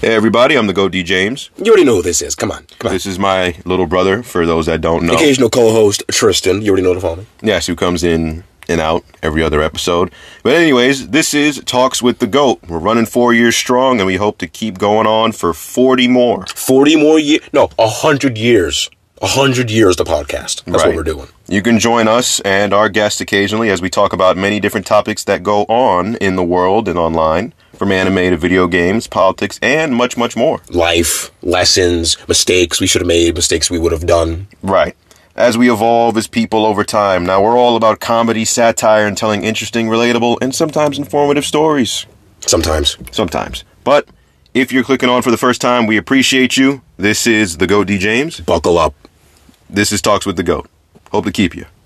Hey everybody, I'm the Go D James. You already know who this is. Come on. Come on. This is my little brother. For those that don't know, Occasional co host Tristan. You already know the phone. yes, who comes in and out every other episode. But anyways, this is Talks with the Goat. We're running four years strong, and we hope to keep going on for forty more. 40 more years. No, 100 years. 100 years, the podcast. That's what Right. we're doing. You can join us and our guests occasionally as we talk about many different topics that go on in the world and online, from anime to video games, politics, and much, much more. Life, lessons, mistakes we should have made, mistakes we would have done. Right. As we evolve as people over time, now we're all about comedy, satire, and telling interesting, relatable, and sometimes informative stories. Sometimes. Sometimes. But if you're clicking on for the first time, we appreciate you. This is the Goat D James. Buckle up. This is Talks with the Goat. Hope to keep you.